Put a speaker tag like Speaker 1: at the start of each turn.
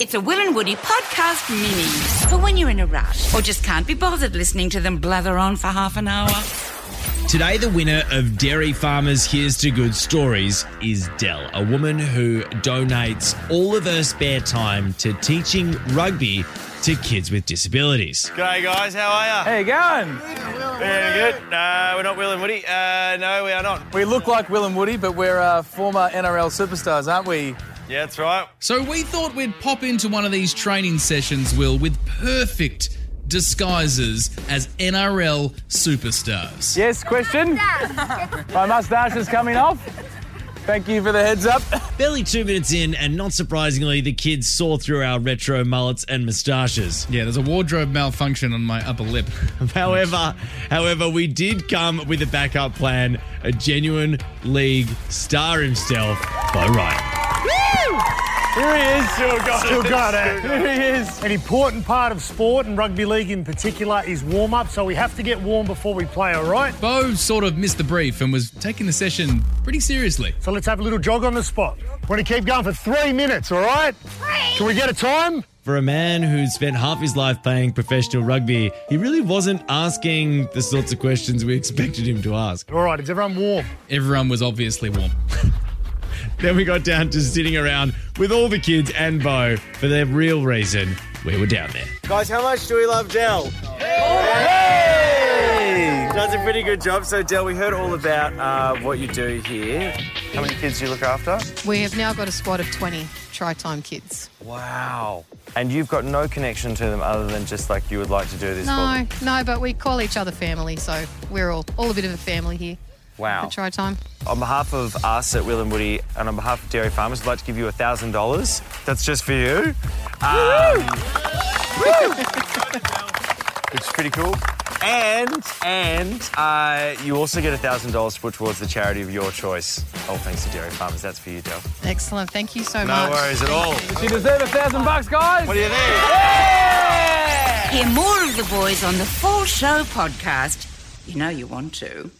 Speaker 1: It's a Will and Woody podcast mini for when you're in a rush or just can't be bothered listening to them blather on for half an hour.
Speaker 2: Today, the winner of Dairy Farmers Here's to Good Stories is Dell, a woman who donates all of her spare time to teaching rugby to kids with disabilities.
Speaker 3: G'day, guys. How are you?
Speaker 4: How you going?
Speaker 3: Very good. No, we're not Will and Woody. Uh, no, we are not.
Speaker 4: We look like Will and Woody, but we're uh, former NRL superstars, aren't we?
Speaker 3: Yeah, that's right.
Speaker 5: So we thought we'd pop into one of these training sessions, Will, with perfect disguises as NRL superstars.
Speaker 4: Yes, question? My mustache is coming off. Thank you for the heads up.
Speaker 2: Barely two minutes in, and not surprisingly, the kids saw through our retro mullets and moustaches.
Speaker 5: Yeah, there's a wardrobe malfunction on my upper lip.
Speaker 2: However, however, we did come with a backup plan, a genuine league star himself, Bo Ryan.
Speaker 4: Here he is.
Speaker 3: Still got
Speaker 6: Still got it.
Speaker 4: Here he is.
Speaker 6: An important part of sport and rugby league in particular is warm up, so we have to get warm before we play, all right?
Speaker 5: Bo sort of missed the brief and was taking the session pretty seriously.
Speaker 6: So let's have a little jog on the spot. We're going to keep going for three minutes, all right? Can we get a time?
Speaker 2: For a man who'd spent half his life playing professional rugby, he really wasn't asking the sorts of questions we expected him to ask.
Speaker 6: All right, is everyone warm?
Speaker 5: Everyone was obviously warm.
Speaker 2: Then we got down to sitting around with all the kids and Bo for the real reason we were down there.
Speaker 3: Guys, how much do we love Dell? Hey! Does a pretty good job. So, Dell, we heard all about uh, what you do here. How many kids do you look after?
Speaker 7: We have now got a squad of 20 try time kids.
Speaker 3: Wow. And you've got no connection to them other than just like you would like to do this for
Speaker 7: No,
Speaker 3: them.
Speaker 7: no, but we call each other family, so we're all, all a bit of a family here
Speaker 3: Wow.
Speaker 7: at try time.
Speaker 3: On behalf of us at Will and Woody and on behalf of Dairy Farmers, I'd like to give you $1,000. That's just for you. Um, which is pretty cool. And, and uh, you also get $1,000 to put towards the charity of your choice. All thanks to Dairy Farmers. That's for you, Del.
Speaker 7: Excellent. Thank you so
Speaker 3: No
Speaker 7: much.
Speaker 3: worries at all. What
Speaker 4: You deserve a thousand bucks, guys.
Speaker 3: do you think?
Speaker 1: Hear more of the boys on the Full Show podcast. You know you want to.